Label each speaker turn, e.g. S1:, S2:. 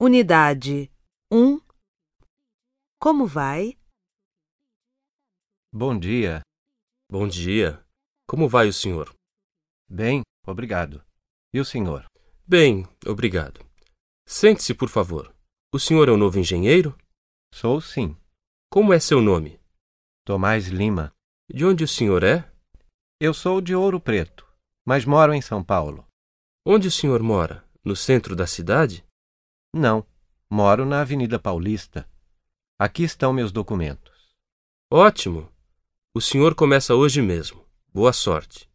S1: Unidade 1 Como vai?
S2: Bom dia.
S3: Bom dia. Como vai o senhor?
S2: Bem, obrigado. E o senhor?
S3: Bem, obrigado. Sente-se, por favor. O senhor é o novo engenheiro?
S2: Sou sim.
S3: Como é seu nome?
S2: Tomás Lima.
S3: De onde o senhor é?
S2: Eu sou de Ouro Preto, mas moro em São Paulo.
S3: Onde o senhor mora? No centro da cidade?
S2: Não, moro na Avenida Paulista. Aqui estão meus documentos.
S3: Ótimo! O senhor começa hoje mesmo. Boa sorte.